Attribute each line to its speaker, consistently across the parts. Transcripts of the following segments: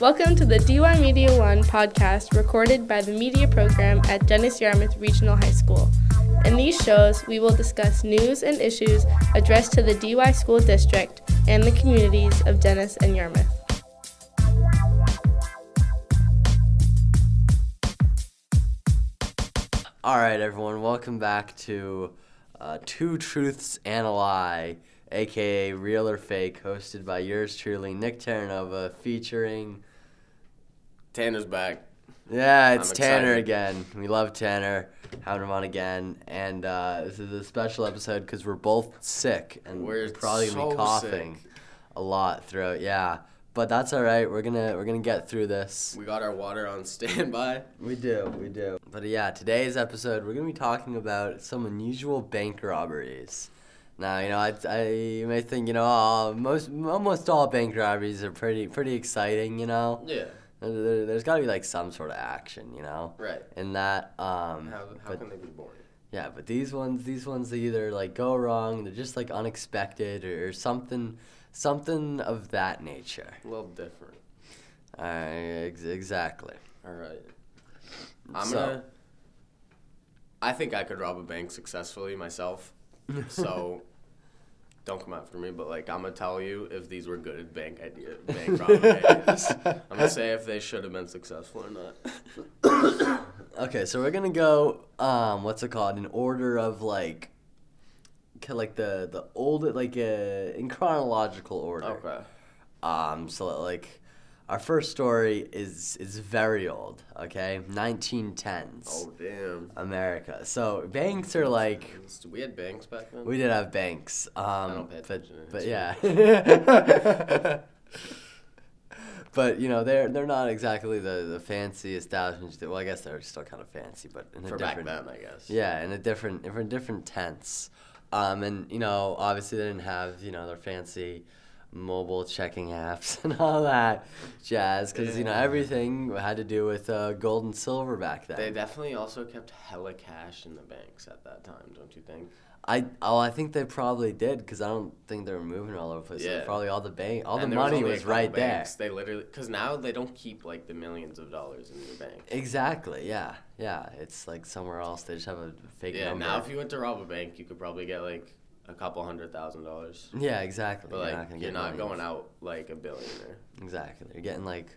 Speaker 1: Welcome to the DY Media One podcast recorded by the media program at Dennis Yarmouth Regional High School. In these shows, we will discuss news and issues addressed to the DY School District and the communities of Dennis and Yarmouth.
Speaker 2: All right, everyone, welcome back to uh, Two Truths and a Lie, aka Real or Fake, hosted by yours truly, Nick Terranova, featuring.
Speaker 3: Tanner's back.
Speaker 2: Yeah, it's
Speaker 3: I'm
Speaker 2: Tanner
Speaker 3: excited.
Speaker 2: again. We love Tanner. Having him on again, and uh, this is a special episode because we're both sick and
Speaker 3: We're
Speaker 2: Mm, probably gonna be
Speaker 3: so
Speaker 2: coughing
Speaker 3: sick.
Speaker 2: a lot throughout. Yeah, but that's all right. We're gonna we're gonna get through this.
Speaker 3: We got our water on standby.
Speaker 2: We do, we do. But yeah, today's episode, we're going to be talking about some unusual bank robberies. Now, you know, I, I you may think, you know, uh, most almost all bank robberies are pretty pretty exciting, you know.
Speaker 3: Yeah.
Speaker 2: There, there, there's got to be like some sort of action, you know.
Speaker 3: Right.
Speaker 2: In that um
Speaker 3: How, how
Speaker 2: but-
Speaker 3: can they be boring?
Speaker 2: yeah, but these ones, these ones, they either like go wrong, they're just like unexpected, or, or something, something of that nature.
Speaker 3: A little different.
Speaker 2: Uh, ex- exactly.
Speaker 3: All right. I'm
Speaker 2: Mm, So-
Speaker 3: gonna. I think I could rob a bank successfully myself. So, don't come after me. But like, I'm gonna tell you if these were good bank idea, bank rob ideas. I'm gonna say if they should have been successful or not.
Speaker 2: Okay, so we're gonna go. Um, what's it called? In order of like, ki- like the the old like uh, in chronological order.
Speaker 3: Okay.
Speaker 2: Um, so like, our first story is is very old. Okay, 1910s
Speaker 3: Oh damn.
Speaker 2: America. So banks are like
Speaker 3: We had banks back then.
Speaker 2: we did have banks. Um,
Speaker 3: don't pay
Speaker 2: but,
Speaker 3: attention to
Speaker 2: but
Speaker 3: history.
Speaker 2: yeah. But you know they're they're not exactly the, the fancy establishments. that- Well, I guess they're still kind of fancy, but in a
Speaker 3: for back
Speaker 2: different
Speaker 3: then, I guess.
Speaker 2: yeah, in a different in a different tense. Um, and you know, obviously they didn't have you know their fancy mobile checking apps and all that jazz because you know
Speaker 3: Yeah.
Speaker 2: everything had to do with uh, gold and silver back then.
Speaker 3: They definitely also kept hella cash in the banks at that time, don't you think?
Speaker 2: I oh I think they probably did because I don't think they were moving all over the place. So
Speaker 3: Yeah.
Speaker 2: probably all the bank all
Speaker 3: And
Speaker 2: the
Speaker 3: there was
Speaker 2: money
Speaker 3: only a
Speaker 2: was
Speaker 3: couple
Speaker 2: right there.
Speaker 3: banks. They literally, because now they don't keep like the millions of dollars in your bank.
Speaker 2: Exactly. Yeah. Yeah. It's like somewhere else. They just have a fake
Speaker 3: Yeah,
Speaker 2: number.
Speaker 3: now if you went to rob a bank, you could probably get like a couple hundred thousand dollars.
Speaker 2: yeah. Exactly.
Speaker 3: But like,
Speaker 2: gonna get
Speaker 3: you're not
Speaker 2: millions.
Speaker 3: going out like a billionaire.
Speaker 2: Exactly. You're getting like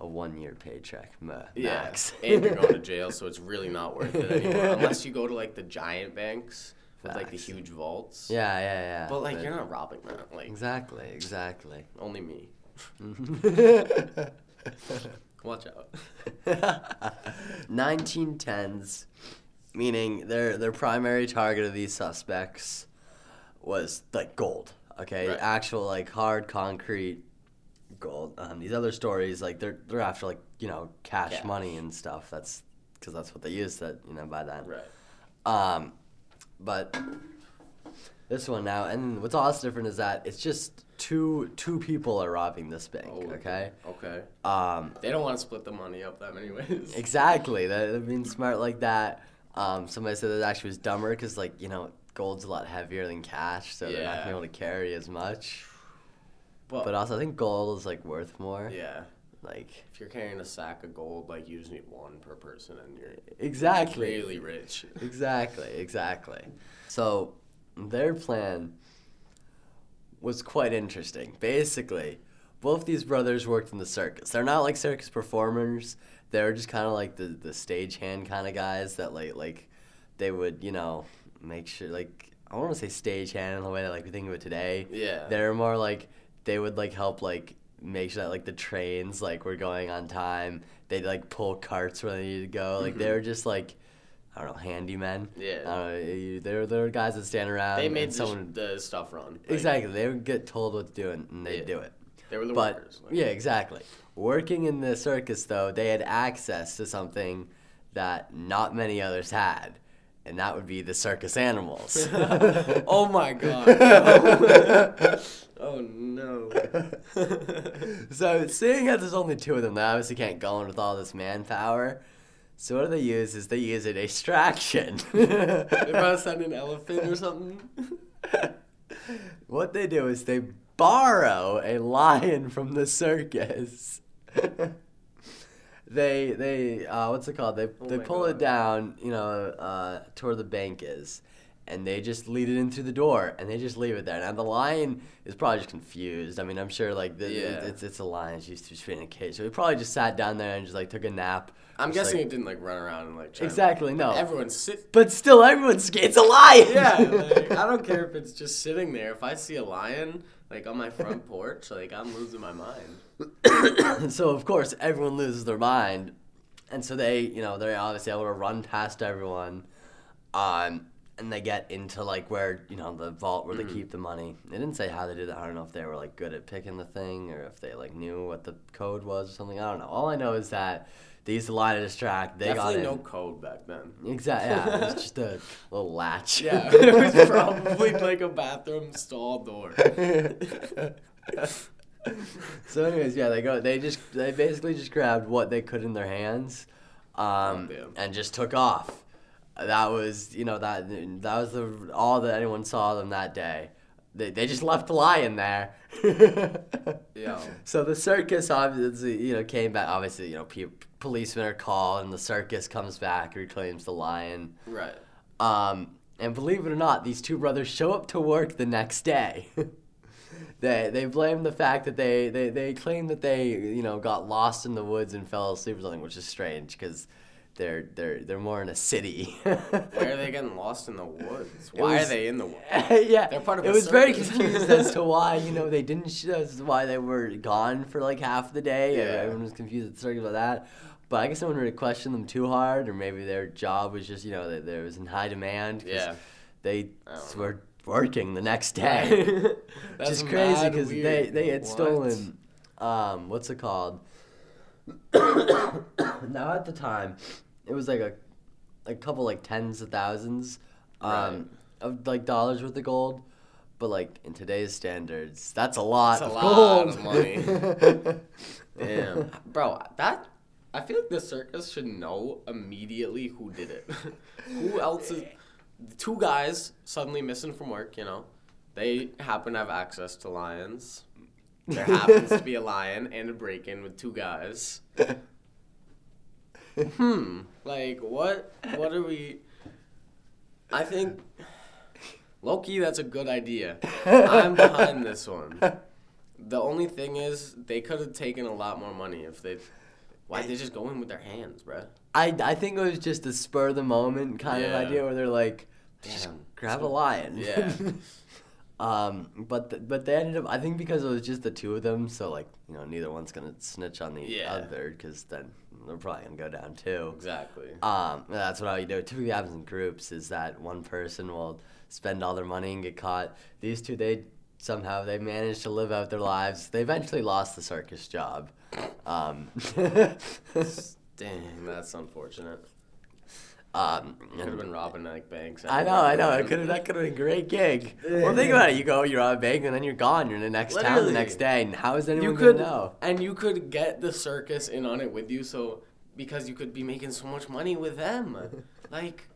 Speaker 2: a one year paycheck ma-
Speaker 3: Yeah.
Speaker 2: max.
Speaker 3: and you're going to jail, so it's really not worth it anymore. Unless you go to like the giant banks with like the
Speaker 2: Facts.
Speaker 3: huge vaults.
Speaker 2: yeah, yeah, yeah.
Speaker 3: But like, you're not robbing that. Like,
Speaker 2: Exactly, exactly.
Speaker 3: only me. Watch out.
Speaker 2: 1910s, meaning their their primary target of these suspects was like gold. Okay,
Speaker 3: Right.
Speaker 2: actual like hard concrete gold. Um, these other stories like they're they're after like you know cash,
Speaker 3: Cash.
Speaker 2: money and stuff. That's because that's what they used that you know by then.
Speaker 3: Right.
Speaker 2: Um, but this one now, and what's also different is that it's just two two people are robbing this bank.
Speaker 3: Oh.
Speaker 2: Okay.
Speaker 3: Okay.
Speaker 2: Um,
Speaker 3: They don't want to split the money up them anyways.
Speaker 2: exactly. That that being smart like that. Um, somebody said that actually was dumber because like you know gold's a lot heavier than cash, so they're not gonna be
Speaker 3: Yeah.
Speaker 2: able to carry as much.
Speaker 3: But,
Speaker 2: But also, I think gold is like worth more.
Speaker 3: yeah,
Speaker 2: Like
Speaker 3: if you're carrying a sack of gold, like you just need one per person, and you're
Speaker 2: exactly.
Speaker 3: really rich.
Speaker 2: Exactly, exactly. So their plan was quite interesting. Basically, both these brothers worked in the circus. They're not like circus performers. They're just kind of like the the stagehand kind of guys that like like they would you know make sure like I want to say stagehand in the way that like we think of it today.
Speaker 3: Yeah.
Speaker 2: They're more like they would like help like make sure that like the trains like were going on time. They'd like pull carts where they needed to go. Like they were just like I don't know handymen.
Speaker 3: Mm-hmm. Yeah.
Speaker 2: I don't know, you- They're they're guys that stand around.
Speaker 3: they
Speaker 2: uh, and
Speaker 3: made
Speaker 2: someone
Speaker 3: someone, the, stuff run. Like,
Speaker 2: exactly. They would get told what to do and, and they
Speaker 3: Yeah.
Speaker 2: would do it.
Speaker 3: They were the
Speaker 2: But
Speaker 3: workers. like-
Speaker 2: yeah, exactly. Working in the circus though, they had access to something that not many others had, and that would be the circus animals.
Speaker 3: oh my god. oh no.
Speaker 2: so seeing as there's only two of them, they obviously can't go in with all this manpower. So what do they use? Is they use a distraction.
Speaker 3: They about to send an elephant or something.
Speaker 2: what they do is they borrow a lion from the circus. they they uh, what's it called? They
Speaker 3: Oh
Speaker 2: they
Speaker 3: my
Speaker 2: pull it
Speaker 3: God.
Speaker 2: down, you know, uh, to where the bank is, and they just lead it in through the door, and they just leave it there. Now the lion is probably just confused. I mean, I'm sure like the,
Speaker 3: Yeah.
Speaker 2: it's it's a lion. She's used to just being in a cage, so he probably just sat down there and just like took a nap.
Speaker 3: I'm
Speaker 2: Just,
Speaker 3: guessing
Speaker 2: like-
Speaker 3: it didn't like run around and like try and, like,
Speaker 2: exactly no.
Speaker 3: Everyone sit.
Speaker 2: but still, everyone's scared. It's a lion.
Speaker 3: Yeah, like, I don't care if it's just sitting there. If I see a lion like on my front porch, like I'm losing my mind.
Speaker 2: so of course everyone loses their mind, and so they, you know, they're obviously able to run past everyone, um, and they get into like where you know the vault where they keep the money. They didn't say how they did that. I don't know if they were like good at picking the thing or if they like knew what the code was or something. I don't know. All I know is that they used to lie to distract. They
Speaker 3: Definitely
Speaker 2: got
Speaker 3: no
Speaker 2: in.
Speaker 3: code back then.
Speaker 2: Exactly. Yeah, it was just a little latch.
Speaker 3: Yeah, it was probably like a bathroom stall door.
Speaker 2: so, anyways, yeah, they go. They just they basically just grabbed what they could in their hands, um,
Speaker 3: damn.
Speaker 2: and just took off. That was you know that that was the all that anyone saw them that day. They they just left the lion there.
Speaker 3: Yeah.
Speaker 2: So the circus obviously, you know, came back. Obviously, you know, pe- policemen are called, and the circus comes back, reclaims the lion.
Speaker 3: Right.
Speaker 2: Um, and believe it or not, these two brothers show up to work the next day. they they blame the fact that they, they, they claim that they you know got lost in the woods and fell asleep or something, which is strange because they're they're they're more in a city.
Speaker 3: Why are they getting lost in the woods? Why
Speaker 2: was-
Speaker 3: are they in the woods?
Speaker 2: yeah,
Speaker 3: They're part of
Speaker 2: it
Speaker 3: a
Speaker 2: was very
Speaker 3: circus.
Speaker 2: confused as to why you know they didn't sh- as to why they were gone for like half the day.
Speaker 3: Yeah.
Speaker 2: Everyone was confused at the circus about that. But I guess no one really questioned them too hard, or maybe their job was just you know that there was in high demand. 'cause
Speaker 3: Yeah.
Speaker 2: they
Speaker 3: I don't know.
Speaker 2: were working the next day, which
Speaker 3: That's
Speaker 2: is crazy
Speaker 3: mad
Speaker 2: because they
Speaker 3: weird.
Speaker 2: they had
Speaker 3: What?
Speaker 2: stolen, um, what's it called? now at the time, it was like a, a couple like tens of thousands, um,
Speaker 3: Right.
Speaker 2: of like dollars worth of gold, but like in today's standards, that's a lot
Speaker 3: That's a
Speaker 2: of
Speaker 3: lot
Speaker 2: gold.
Speaker 3: of money. Damn. Bro, that I feel like the circus should know immediately who did it. who else is two guys suddenly missing from work, you know? They happen to have access to lions. There happens to be a lion and a break in with two guys. Hmm. Like what what are we I think Loki, that's a good idea. I'm behind this one. The only thing is, they could have taken a lot more money if they. Why they just go in with their hands, bruh?
Speaker 2: I I think it was just a spur of the moment kind
Speaker 3: Yeah.
Speaker 2: of idea where they're like, just
Speaker 3: Damn.
Speaker 2: grab a lion.
Speaker 3: Yeah.
Speaker 2: Um, but th- but they ended up I think because it was just the two of them, so like you know neither one's gonna snitch on the
Speaker 3: Yeah.
Speaker 2: other because then they're probably gonna go down too.
Speaker 3: Exactly.
Speaker 2: Um, that's what I would do. It Typically happens in groups is that one person will spend all their money and get caught. These two they somehow they managed to live out their lives. They eventually lost the circus job. Um,
Speaker 3: Dang, that's unfortunate.
Speaker 2: um,
Speaker 3: Could have been robbing like banks.
Speaker 2: I know, I know. It could have that could have been a great gig. Well, think about it. You go, you're on a bank, and then you're gone. You're in the next town the
Speaker 3: Literally.
Speaker 2: next day, and how is anyone
Speaker 3: You could
Speaker 2: gonna know?
Speaker 3: and you could get the circus in on it with you, so because you could be making so much money with them, like,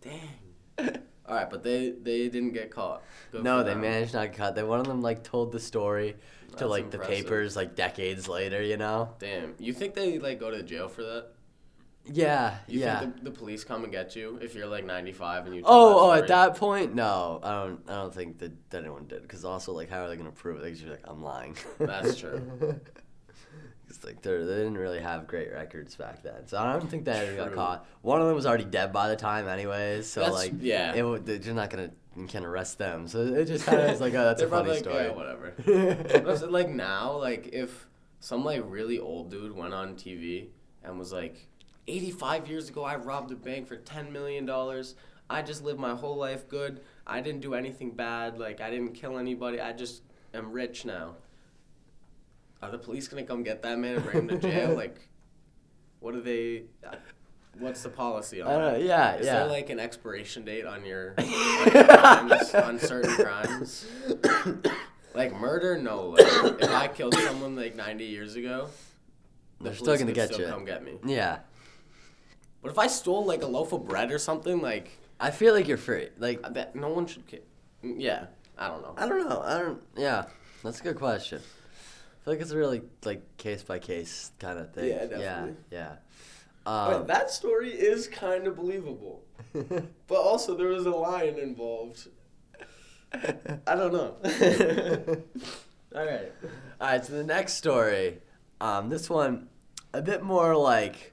Speaker 3: dang. All right, but they they didn't get caught. Good
Speaker 2: No,
Speaker 3: for
Speaker 2: they
Speaker 3: them.
Speaker 2: managed not to cut. They one of them like told the story to
Speaker 3: That's
Speaker 2: like the
Speaker 3: impressive.
Speaker 2: papers like decades later. You know?
Speaker 3: Damn, you think they like go to jail for that?
Speaker 2: Yeah,
Speaker 3: You
Speaker 2: yeah.
Speaker 3: think the, the police come and get you if you're like 95 and you? tell
Speaker 2: oh, oh. At
Speaker 3: story?
Speaker 2: that point, no, I don't. I don't think that, that anyone did. Because also, like, how are they gonna prove it? They could just be like, I'm lying.
Speaker 3: That's true.
Speaker 2: It's like they're, they didn't really have great records back then, so I don't think they ever got
Speaker 3: True.
Speaker 2: caught. One of them was already dead by the time, anyways. So
Speaker 3: That's-
Speaker 2: like,
Speaker 3: yeah.
Speaker 2: it, wa- they're just not gonna you can't arrest them. So it just kind of was like, oh, that's
Speaker 3: They're
Speaker 2: a funny
Speaker 3: probably
Speaker 2: story.
Speaker 3: Like, yeah, whatever. But it's like now, like if some like really old dude went on TV and was like, 85 years ago, I robbed a bank for 10 million dollars. I just lived my whole life good. I didn't do anything bad. Like I didn't kill anybody. I just am rich now. Are the police gonna come get that man and bring him to jail? like, what are they? What's the policy on
Speaker 2: I
Speaker 3: that?
Speaker 2: don't know. Yeah,
Speaker 3: Is
Speaker 2: yeah.
Speaker 3: there like an expiration date on your on, your crimes, on certain crimes? Like murder? No. Like if I killed someone like 90 years ago, the
Speaker 2: They're still
Speaker 3: police
Speaker 2: gonna
Speaker 3: could
Speaker 2: get
Speaker 3: still
Speaker 2: you.
Speaker 3: Come get me.
Speaker 2: yeah,
Speaker 3: But if I stole like a loaf of bread or something, like
Speaker 2: I feel like you're free. Like,
Speaker 3: that, no
Speaker 2: Uh.
Speaker 3: one should. Ki- mm, yeah, I don't know.
Speaker 2: I don't know. I don't. Yeah, that's a good question. I feel like it's a really like case by case kind of thing.
Speaker 3: Yeah, definitely.
Speaker 2: Yeah, Um,
Speaker 3: But
Speaker 2: yeah.
Speaker 3: that story is kind of believable.
Speaker 2: Um,
Speaker 3: But also, there was a lion involved. I don't know. All right.
Speaker 2: All right, so the next story, um, this one, a bit more like,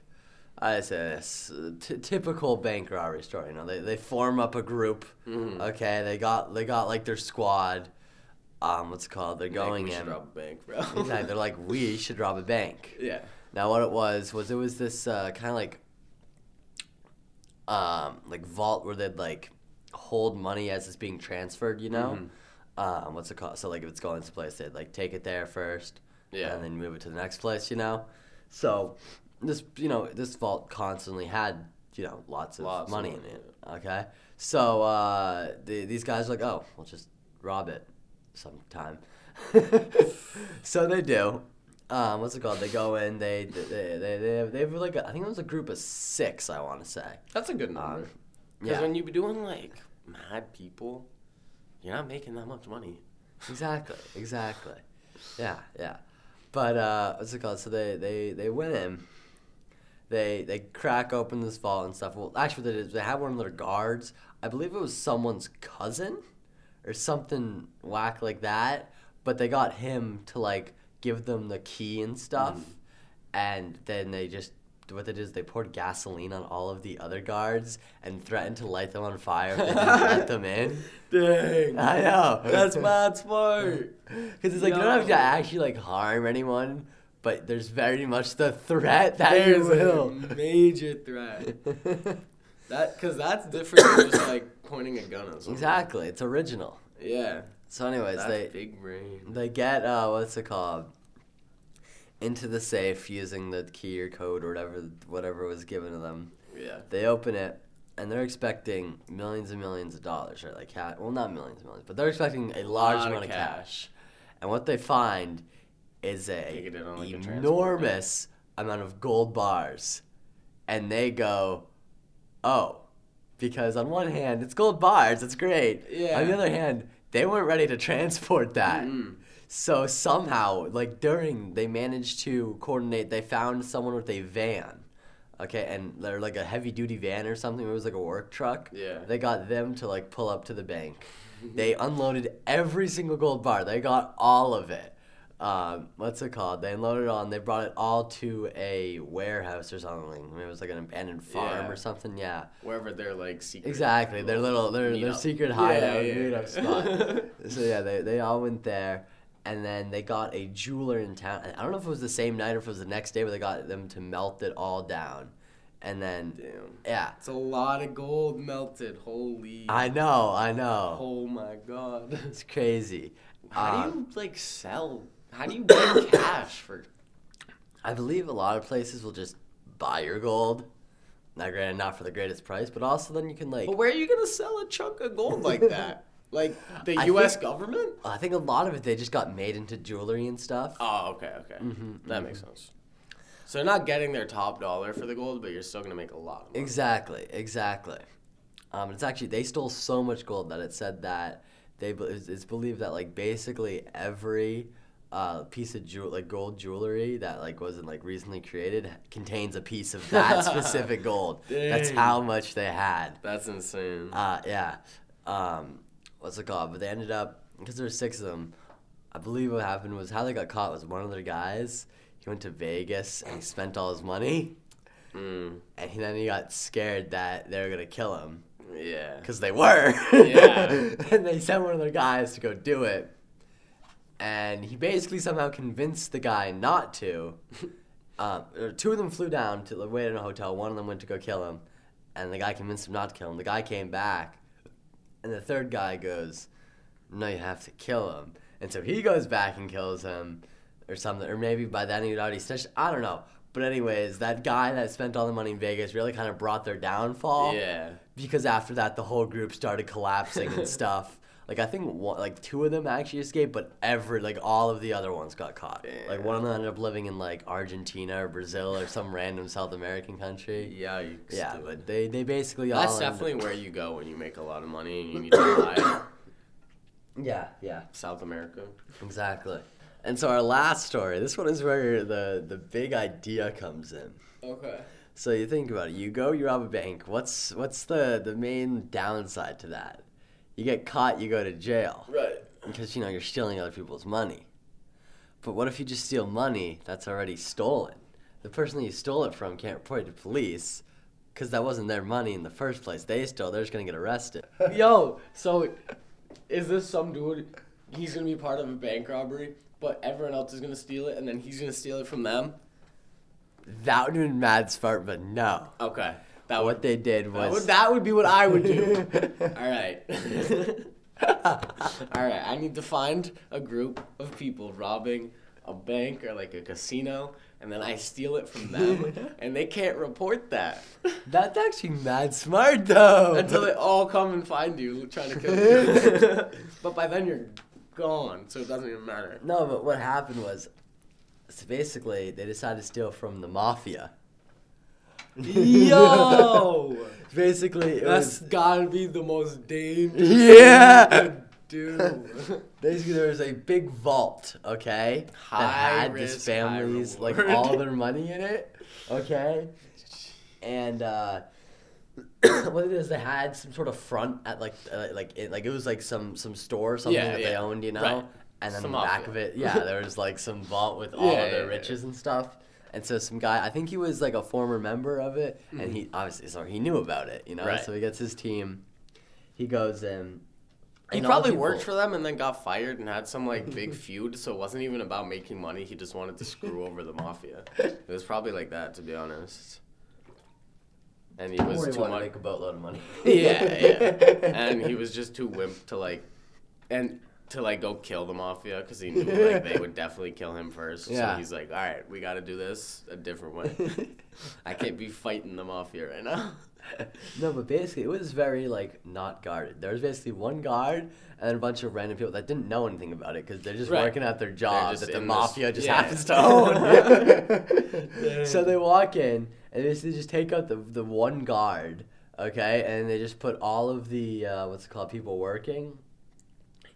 Speaker 2: I say this, t- typical bank robbery story. You know, they, they form up a group.
Speaker 3: Mm-hmm.
Speaker 2: Okay, they got they got like their squad. Um, what's it called? They're going
Speaker 3: Bank, we should
Speaker 2: in.
Speaker 3: rob a bank, bro.
Speaker 2: Exactly, They're like, we should rob a bank.
Speaker 3: yeah.
Speaker 2: Now, what it was was it was this uh, kind of like, um, like vault where they'd like hold money as it's being transferred. You know,
Speaker 3: Mm-hmm.
Speaker 2: um, what's it called? So like if it's going someplace, they'd like take it there first,
Speaker 3: Yeah.
Speaker 2: and then move it to the next place. You know, so this you know this vault constantly had you know lots of
Speaker 3: Lots of
Speaker 2: money in
Speaker 3: money,
Speaker 2: it. Okay, so uh, the, these guys are like, oh, we'll just rob it sometime. so they do. Um, what's it called? They go in. They they they they, they, have, they have like a, I think it was a group of six. I want to say.
Speaker 3: That's a good number.
Speaker 2: Um,
Speaker 3: Because
Speaker 2: yeah,
Speaker 3: when you be doing like mad people, you're not making that much money.
Speaker 2: exactly, exactly. Yeah, yeah. But uh, what's it called? So they they they went in. They they crack open this vault and stuff. Well, actually, what they did is they had one of their guards. I believe it was someone's cousin, or something whack like that. But they got him to like give them the key and stuff, and then they just what they did is they poured gasoline on all of the other guards and threatened to light them on fire if they didn't let them in.
Speaker 3: Dang.
Speaker 2: I know.
Speaker 3: That's mad smart.
Speaker 2: Because it's like you don't have to
Speaker 3: Yo.
Speaker 2: actually like harm anyone, but there's very much the threat that
Speaker 3: There's
Speaker 2: you
Speaker 3: a
Speaker 2: will.
Speaker 3: major threat. That because that's different than just like pointing a gun at someone.
Speaker 2: exactly, it's original.
Speaker 3: Yeah.
Speaker 2: So, anyways,
Speaker 3: That's
Speaker 2: they
Speaker 3: big brain.
Speaker 2: they get uh, what's it called into the safe using the key or code or whatever whatever was given to them.
Speaker 3: Yeah.
Speaker 2: They open it and they're expecting millions and millions of dollars, right? Like, ca- well, not millions and millions, but they're expecting a large
Speaker 3: Lot of
Speaker 2: amount of
Speaker 3: cash.
Speaker 2: cash. And what they find is
Speaker 3: Take
Speaker 2: a
Speaker 3: it in on, like, a transport,
Speaker 2: enormous amount of gold bars, and they go, "Oh," because on one hand it's gold bars, it's great. On the
Speaker 3: Yeah.
Speaker 2: other hand, they weren't ready to transport that.
Speaker 3: Mm.
Speaker 2: So somehow, like during, they managed to coordinate. They found someone with a van, okay, and they're like a heavy duty van or something. It was like a work truck.
Speaker 3: Yeah.
Speaker 2: They got them to like pull up to the bank. They unloaded every single gold bar. They got all of it. Um, what's it called? They unloaded it on. They brought it all to a warehouse or something. Maybe it was like an abandoned farm
Speaker 3: Yeah.
Speaker 2: or something. Yeah.
Speaker 3: Wherever they're like secret.
Speaker 2: Exactly, their little their their
Speaker 3: meetup.
Speaker 2: secret
Speaker 3: Yeah,
Speaker 2: hideout
Speaker 3: yeah,
Speaker 2: meetup
Speaker 3: yeah.
Speaker 2: spot. so yeah, they they all went there, and then they got a jeweler in town. I don't know if it was the same night or if it was the next day, but they got them to melt it all down, and then
Speaker 3: Damn.
Speaker 2: yeah,
Speaker 3: It's a lot of gold melted. Holy.
Speaker 2: I know, I know,
Speaker 3: oh my god.
Speaker 2: it's crazy.
Speaker 3: How
Speaker 2: Um,
Speaker 3: do you like sell? How do you get cash for?
Speaker 2: I believe a lot of places will just buy your gold. Now, granted, not for the greatest price, but also then you can like.
Speaker 3: But where are you gonna sell a chunk of gold like that? Like the
Speaker 2: I
Speaker 3: U.S.
Speaker 2: think-
Speaker 3: government?
Speaker 2: I think a lot of it they just got made into jewelry and stuff. Mm-hmm.
Speaker 3: Oh, Mm-hmm. okay, okay, that makes sense. So they're not getting their top dollar for the gold, but you're still gonna make a lot. Of money.
Speaker 2: Exactly, exactly. Um, it's actually they stole so much gold that it said that they be- it's it's believed that like basically every uh, piece of jewel like gold jewelry that like wasn't like recently created contains a piece of that specific gold. That's
Speaker 3: Dang.
Speaker 2: how much they had.
Speaker 3: That's insane.
Speaker 2: Uh, yeah. Um, what's it called? But they ended up because there were six of them. I believe what happened was how they got caught was one of their guys. He went to Vegas and he spent all his money,
Speaker 3: Mm,
Speaker 2: and he, then he got scared that they were gonna kill him.
Speaker 3: yeah.
Speaker 2: Because they were.
Speaker 3: Yeah.
Speaker 2: and they sent one of their guys to go do it. And he basically somehow convinced the guy not to. Um, or two of them flew down to wait in a hotel. One of them went to go kill him. And the guy convinced him not to kill him. The guy came back. And the third guy goes, No, you have to kill him. And so he goes back and kills him or something. Or maybe by then he'd already snitched. I don't know. But, anyways, that guy that spent all the money in Vegas really kind of brought their downfall
Speaker 3: Yeah.
Speaker 2: because after that the whole group started collapsing and stuff. Like I think one, like two of them actually escaped, but every like all of the other ones got caught. Like one of them ended up living in like Argentina or Brazil or some random South American country.
Speaker 3: Yikes.
Speaker 2: Yeah,
Speaker 3: dude.
Speaker 2: but they they basically all
Speaker 3: that's
Speaker 2: ended-
Speaker 3: definitely where you go when you make a lot of money and you need to buy
Speaker 2: yeah yeah
Speaker 3: South America.
Speaker 2: exactly. And so our last story, this one is where the, the big idea comes in.
Speaker 3: Okay.
Speaker 2: So you think about it. You go, you rob a bank. What's what's the, the main downside to that? You get caught, you go to jail
Speaker 3: Right.
Speaker 2: because you know you're stealing other people's money. But what if you just steal money that's already stolen? The person that you stole it from can't report it to police because that wasn't their money in the first place. They stole. They're just gonna get arrested.
Speaker 3: Yo, so is this some dude? He's gonna be part of a bank robbery, but everyone else is gonna steal it, and then he's gonna steal it from them.
Speaker 2: That would have been mad smart, but no.
Speaker 3: Okay, that
Speaker 2: What
Speaker 3: would
Speaker 2: they did was
Speaker 3: that would, that would be what I would do. All right. All right, I need to find a group of people robbing a bank or like a casino, and then I steal it from them, and they can't report that
Speaker 2: That's actually mad smart though.
Speaker 3: until they all come and find you trying to kill you. but by then you're gone, so it doesn't even matter.
Speaker 2: No, but what happened was, so basically, they decided to steal from the mafia.
Speaker 3: Yo,
Speaker 2: Basically, it
Speaker 3: that's
Speaker 2: was
Speaker 3: gotta be the most dangerous.
Speaker 2: Yeah.
Speaker 3: thing you could do.
Speaker 2: basically there was a big vault, okay, that
Speaker 3: High
Speaker 2: had
Speaker 3: risk,
Speaker 2: this
Speaker 3: high
Speaker 2: family's like
Speaker 3: reward.
Speaker 2: all their money in it, okay, and uh, what it is, they had some sort of front at like uh, like it, like it was like some some store or something
Speaker 3: Yeah,
Speaker 2: that they
Speaker 3: yeah.
Speaker 2: owned, you know,
Speaker 3: Right.
Speaker 2: and then
Speaker 3: Some
Speaker 2: the back
Speaker 3: mafia.
Speaker 2: of it, yeah, there was like some vault with all
Speaker 3: Yeah,
Speaker 2: of
Speaker 3: yeah,
Speaker 2: their
Speaker 3: yeah.
Speaker 2: riches and stuff. And so some guy, I think he was like a former member of it, and he obviously so he knew about it, you know.
Speaker 3: Mm-hmm. Right.
Speaker 2: So he gets his team, he goes in.
Speaker 3: He
Speaker 2: and all
Speaker 3: probably
Speaker 2: the
Speaker 3: worked
Speaker 2: people-
Speaker 3: for them and then got fired and had some like big feud, so it wasn't even about making money. He just wanted to screw over the mafia. It was probably like that, to be honest. And he was
Speaker 2: Probably
Speaker 3: too
Speaker 2: wanted to
Speaker 3: much.
Speaker 2: make a boatload of money.
Speaker 3: Yeah, yeah. And he was just too wimp to like, and to like go kill the mafia because he knew like they would definitely kill him first.
Speaker 2: Yeah.
Speaker 3: So he's like, all right, we got to do this a different way. I can't be fighting the mafia right now.
Speaker 2: no, but basically it was very like not guarded. There was basically one guard and then a bunch of random people that didn't know anything about it because they're just
Speaker 3: Right.
Speaker 2: working at their job
Speaker 3: just
Speaker 2: that the
Speaker 3: in this-
Speaker 2: mafia just
Speaker 3: yeah.
Speaker 2: happens to own. so they walk in and basically just take out the the one guard, okay, and they just put all of the uh, what's it called people working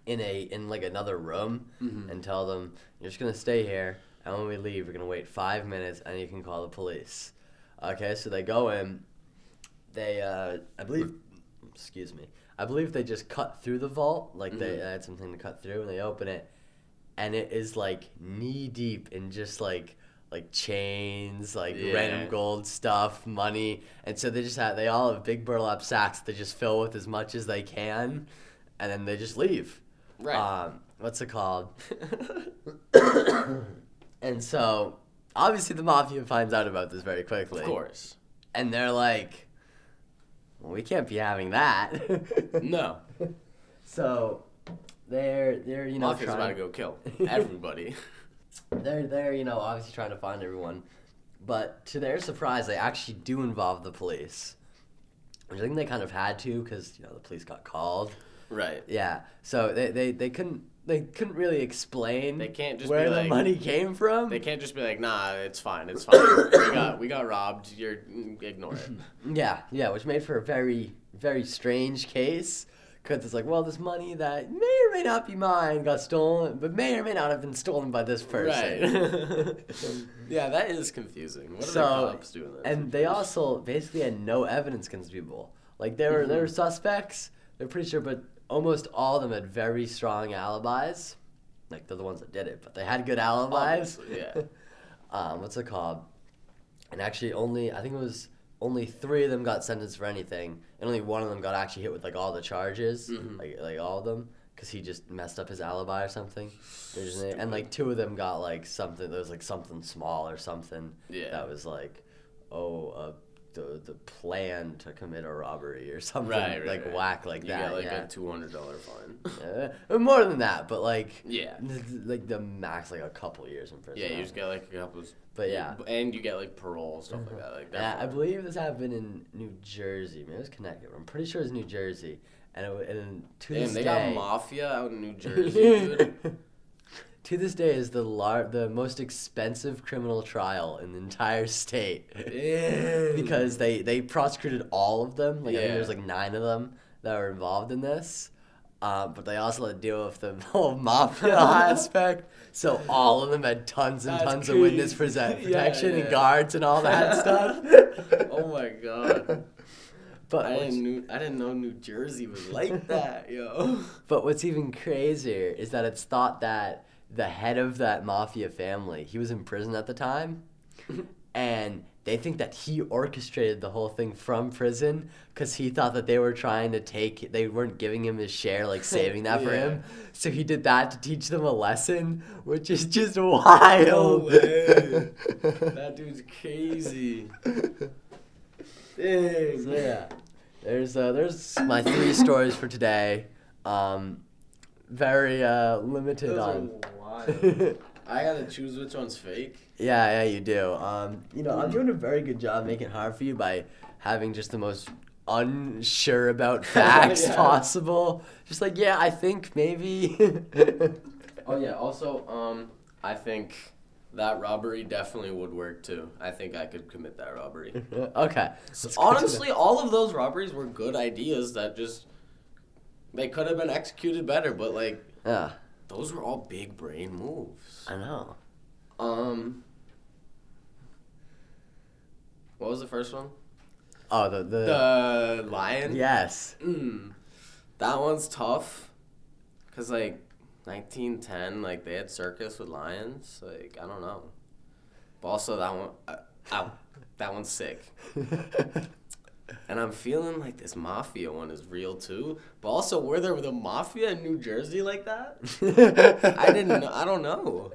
Speaker 2: in a in like another room
Speaker 3: Mm-hmm.
Speaker 2: and tell them you're just gonna stay here and when we leave we're gonna wait five minutes and you can call the police. Okay, so they go in. They uh, I believe, excuse me, I believe they just cut through the vault like
Speaker 3: Mm-hmm.
Speaker 2: they had something to cut through and they open it, and it is like knee deep in just like like chains, like
Speaker 3: Yeah.
Speaker 2: random gold stuff, money, and so they just have they all have big burlap sacks they just fill with as much as they can, and then they just leave.
Speaker 3: Right.
Speaker 2: Um, what's it called? and so obviously the mafia finds out about this very quickly.
Speaker 3: of course.
Speaker 2: And they're like, well, we can't be having that.
Speaker 3: No.
Speaker 2: so they're they're you know
Speaker 3: Mafia's about to
Speaker 2: trying,
Speaker 3: go kill everybody.
Speaker 2: they're they're you know obviously trying to find everyone, but to their surprise, they actually do involve the police, which I think they kind of had to because you know the police got called.
Speaker 3: right.
Speaker 2: Yeah. So they, they, they couldn't they couldn't really explain
Speaker 3: They can't just
Speaker 2: where
Speaker 3: be
Speaker 2: the
Speaker 3: like-
Speaker 2: money came from.
Speaker 3: They can't just be like, nah, it's fine, it's fine. we got we got robbed. You're mm, ignore it.
Speaker 2: Yeah, yeah, which made for a very very strange case because it's like, well, this money that may or may not be mine got stolen, but may or may not have been stolen by this person.
Speaker 3: yeah, that is confusing. What are
Speaker 2: So,
Speaker 3: the cops doing this?
Speaker 2: And they also basically had no evidence against people. Like there were there
Speaker 3: Mm-hmm.
Speaker 2: were suspects. They're pretty sure, but almost all of them had very strong alibis. Like they're the ones that did it, but they had good alibis.
Speaker 3: Obviously, yeah.
Speaker 2: um, what's it called? And actually, only I think it was only three of them got sentenced for anything, and only one of them got actually hit with like all the charges,
Speaker 3: Mm-hmm.
Speaker 2: like like all of them, because he just messed up his alibi or something. There's an- And like two of them got like something. There was like something small or something
Speaker 3: Yeah.
Speaker 2: that was like, oh, uh, the the plan to commit a robbery or something
Speaker 3: Right, right,
Speaker 2: like
Speaker 3: right.
Speaker 2: whack like
Speaker 3: You
Speaker 2: that.
Speaker 3: get like
Speaker 2: yeah.
Speaker 3: a two hundred dollar fine.
Speaker 2: Uh, more than that, but like
Speaker 3: Yeah.
Speaker 2: th- th- like the max like a couple years in prison.
Speaker 3: yeah,
Speaker 2: I
Speaker 3: you just get like a couple. of-
Speaker 2: But yeah. Uh-huh.
Speaker 3: and you get like parole stuff like that. Like
Speaker 2: Yeah,
Speaker 3: that.
Speaker 2: I believe this happened in New Jersey. Maybe it was Connecticut. but I'm pretty sure it was New Jersey. And, it, wa- and to
Speaker 3: Damn,
Speaker 2: this
Speaker 3: they got
Speaker 2: day,
Speaker 3: mafia out in New Jersey, dude.
Speaker 2: to this day is the lar- the most expensive criminal trial in the entire state because they they prosecuted all of them. Like I think
Speaker 3: Yeah.
Speaker 2: there's like nine of them that were involved in this. Uh, but they also had to deal with the whole mafia aspect. So all of them had tons and
Speaker 4: That's
Speaker 2: tons of witness
Speaker 4: crazy.
Speaker 2: present
Speaker 4: Yeah,
Speaker 2: protection
Speaker 4: yeah.
Speaker 2: and guards and all that stuff.
Speaker 3: Oh my god.
Speaker 2: But
Speaker 3: I
Speaker 2: what's-
Speaker 3: didn't, knew, I didn't know New Jersey was like that, yo.
Speaker 2: But what's even crazier is that it's thought that the head of that mafia family, he was in prison at the time, and they think that he orchestrated the whole thing from prison because he thought that they were trying to take, they weren't giving him his share, like saving that for him. So he did that to teach them a lesson, which is just wild.
Speaker 3: way. That dude's crazy. Dang.
Speaker 2: So yeah, there's uh, there's my three stories for today. Um, very uh, limited
Speaker 3: Those
Speaker 2: on.
Speaker 3: are wild. I gotta choose which one's fake.
Speaker 2: Yeah, yeah, you do. Um, you know, I'm doing a very good job making it hard for you by having just the most unsure about facts
Speaker 3: Yeah.
Speaker 2: possible. Just like, yeah, I think maybe.
Speaker 3: Oh yeah. Also, um, I think that robbery definitely would work too. I think I could commit that robbery.
Speaker 2: okay. So
Speaker 3: Honestly, all of those robberies were good ideas that just they could have been executed better, but like
Speaker 2: yeah,
Speaker 3: those were all big brain moves.
Speaker 2: I know.
Speaker 3: Um, what was the first one?
Speaker 2: Oh, the the.
Speaker 3: The lion.
Speaker 2: yes.
Speaker 3: Mm, that one's tough, cause like 1910, like they had circus with lions. Like I don't know, but also that one, uh, ow, that one's sick. And I'm feeling like this mafia one is real too. But also, were there the mafia in New Jersey like that? I didn't. Know, I don't know.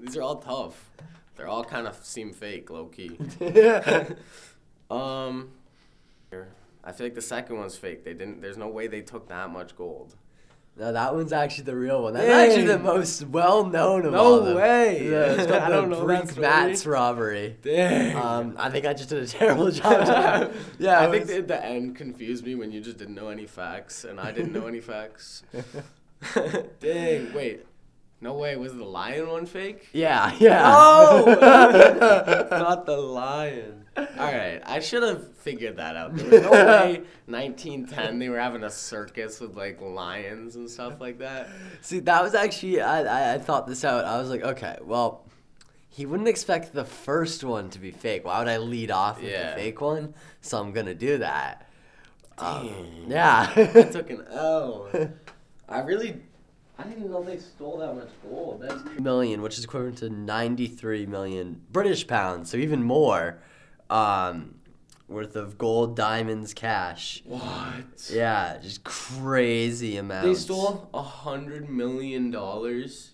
Speaker 3: These are all tough. They're all kind of seem fake, low key. um, here. I feel like the second one's fake. They didn't. There's no way they took that much gold.
Speaker 2: No, that one's actually the real one. That's actually the
Speaker 3: Dang.
Speaker 2: most well known of
Speaker 3: No
Speaker 2: all of them.
Speaker 3: way.
Speaker 2: Yeah, it's called
Speaker 3: I
Speaker 2: the
Speaker 3: don't know that
Speaker 2: Greek
Speaker 3: story.
Speaker 2: Mats robbery.
Speaker 3: Dang.
Speaker 2: Um, I think I just did a terrible job. yeah,
Speaker 3: I
Speaker 2: it
Speaker 3: think
Speaker 2: was-
Speaker 3: the, the end confused me when you just didn't know any facts and I didn't know any facts. Dang, wait. No way, was the lion one fake?
Speaker 2: Yeah, yeah.
Speaker 3: Oh! Not the lion. Alright, I should have figured that out. There was no way 1910 they were having a circus with like lions and stuff like that.
Speaker 2: See, that was actually I, I I thought this out. I was like, okay, well, he wouldn't expect the first one to be fake. Why would I lead off with
Speaker 3: Yeah.
Speaker 2: the fake one? So I'm gonna do that. Um,
Speaker 3: Dang. I
Speaker 2: yeah.
Speaker 3: took an L. I really. I didn't know they stole that much gold. That's crazy.
Speaker 2: million, which is equivalent to 93 million British pounds, so even more um, worth of gold, diamonds, cash.
Speaker 3: What?
Speaker 2: Yeah, just crazy amounts.
Speaker 3: They stole a hundred million dollars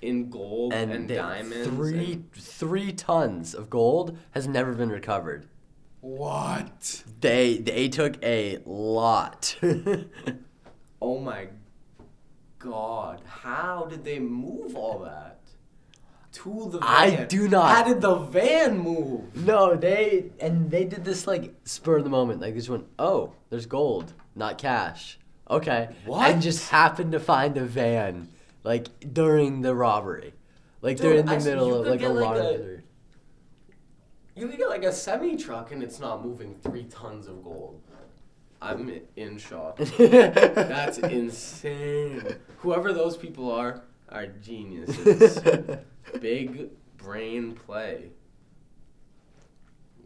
Speaker 3: in gold and,
Speaker 2: they-
Speaker 3: diamonds.
Speaker 2: Three
Speaker 3: and-
Speaker 2: three tons of gold has never been recovered.
Speaker 3: What?
Speaker 2: They they took a lot.
Speaker 3: Oh my god! How did they move all that to the van?
Speaker 2: I do not-
Speaker 3: How did the van move?
Speaker 2: no, they and they did this like spur of the moment. Like they just went, oh, there's gold, not cash. Okay,
Speaker 3: What?
Speaker 2: and just happened to find a van like during the robbery, like
Speaker 3: Dude,
Speaker 2: they're in the
Speaker 3: I s- you
Speaker 2: middle of
Speaker 3: could
Speaker 2: like a
Speaker 3: get, like, a-
Speaker 2: robbery.
Speaker 3: You could get like a semi truck and it's not moving three tons of gold. I'm in shock. That's insane. Whoever those people are are geniuses. Big brain play.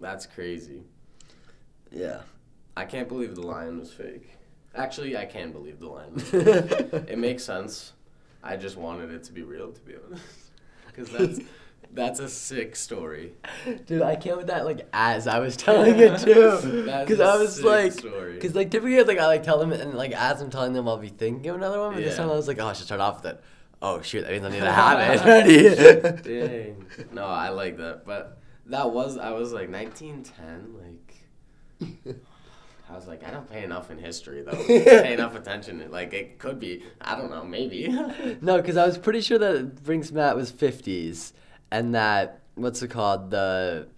Speaker 3: That's crazy.
Speaker 2: yeah.
Speaker 3: I can't believe the lion was fake. Actually, I can believe the lion. Was fake.
Speaker 2: it
Speaker 3: it makes sense. I just wanted it to be real, to be honest. Because that's that's a sick story.
Speaker 2: Dude, I came with that like as I was telling it too,
Speaker 3: That's
Speaker 2: because
Speaker 3: a
Speaker 2: I was
Speaker 3: sick
Speaker 2: like,
Speaker 3: story.
Speaker 2: because like typically like I like tell them and like as I'm telling them I'll be thinking of another one, but this
Speaker 3: Yeah.
Speaker 2: time I was like, oh, I should start off with it. Oh shoot, that means I need to have it.
Speaker 3: Dang. No, I like that, but that was I was like 1910, like. I was like, I don't pay enough in history though. pay enough attention. Like it could be, I don't know, maybe.
Speaker 2: no, because I was pretty sure that Brinks Matt was 50s, and that what's it called
Speaker 3: Mm-hmm.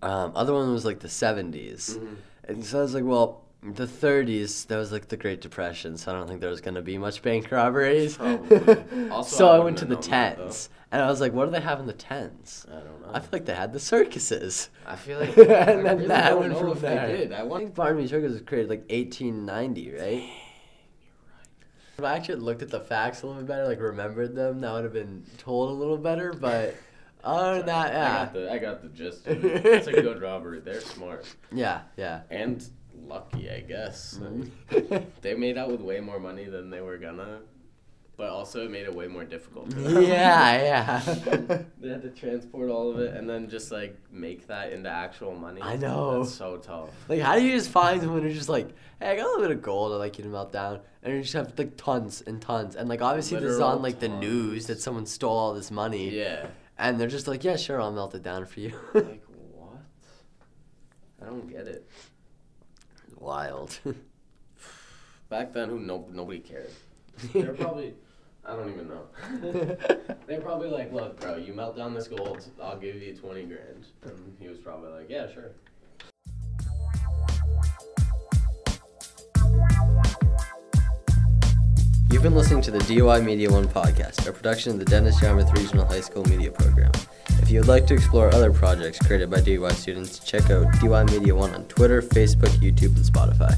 Speaker 2: the um, other one was like the 70s, and so I was like, well, the 30s, that was like the Great Depression, so I don't think there was going to be much bank robberies.
Speaker 3: Probably. Also,
Speaker 2: so I,
Speaker 3: I
Speaker 2: went
Speaker 3: wouldn't
Speaker 2: to
Speaker 3: have
Speaker 2: the
Speaker 3: known that, though.
Speaker 2: tents, and I was like, what do they have in the tents?
Speaker 3: I don't know.
Speaker 2: I feel like they had the circuses.
Speaker 3: I feel like
Speaker 2: and
Speaker 3: I
Speaker 2: then
Speaker 3: really
Speaker 2: that
Speaker 3: don't
Speaker 2: went
Speaker 3: know
Speaker 2: from
Speaker 3: if
Speaker 2: there.
Speaker 3: They did. I
Speaker 2: I
Speaker 3: want
Speaker 2: think Barnaby Circus was created like 1890, right? If I actually looked at the facts a little bit better, like remembered them, that would have been told a little better. But other than that,
Speaker 3: I
Speaker 2: yeah,
Speaker 3: got the I got the gist. Of it. It's a good robbery. They're smart
Speaker 2: yeah, yeah.
Speaker 3: and lucky, I guess.
Speaker 2: Mhm.
Speaker 3: They made out with way more money than they were gonna, but also it made it way more difficult. For them.
Speaker 2: yeah, yeah.
Speaker 3: They had to transport all of it and then just like make that into actual money.
Speaker 2: I know.
Speaker 3: That's so tough.
Speaker 2: like, how do you just find someone who's just like, hey, I got a little bit of gold I like you to melt down, and you just have like tons and tons, and like obviously this is
Speaker 3: Literal
Speaker 2: on like the
Speaker 3: tons.
Speaker 2: news that someone stole all this money,
Speaker 3: Yeah.
Speaker 2: and they're just like, yeah, sure, I'll melt it down for you.
Speaker 3: Like what? I don't get it.
Speaker 2: Wild.
Speaker 3: Back then, who no, nobody cared. They're probably. I don't even know. They're probably like, look, bro, you melt down this gold, I'll give you 20 grand. And he was probably like, yeah, sure.
Speaker 2: You've been listening to the DOI Media One podcast, a production of the Dennis Yarmouth Regional High School Media Program. If you would like to explore other projects created by DUI students, check out DUI Media One on Twitter, Facebook, YouTube, and Spotify.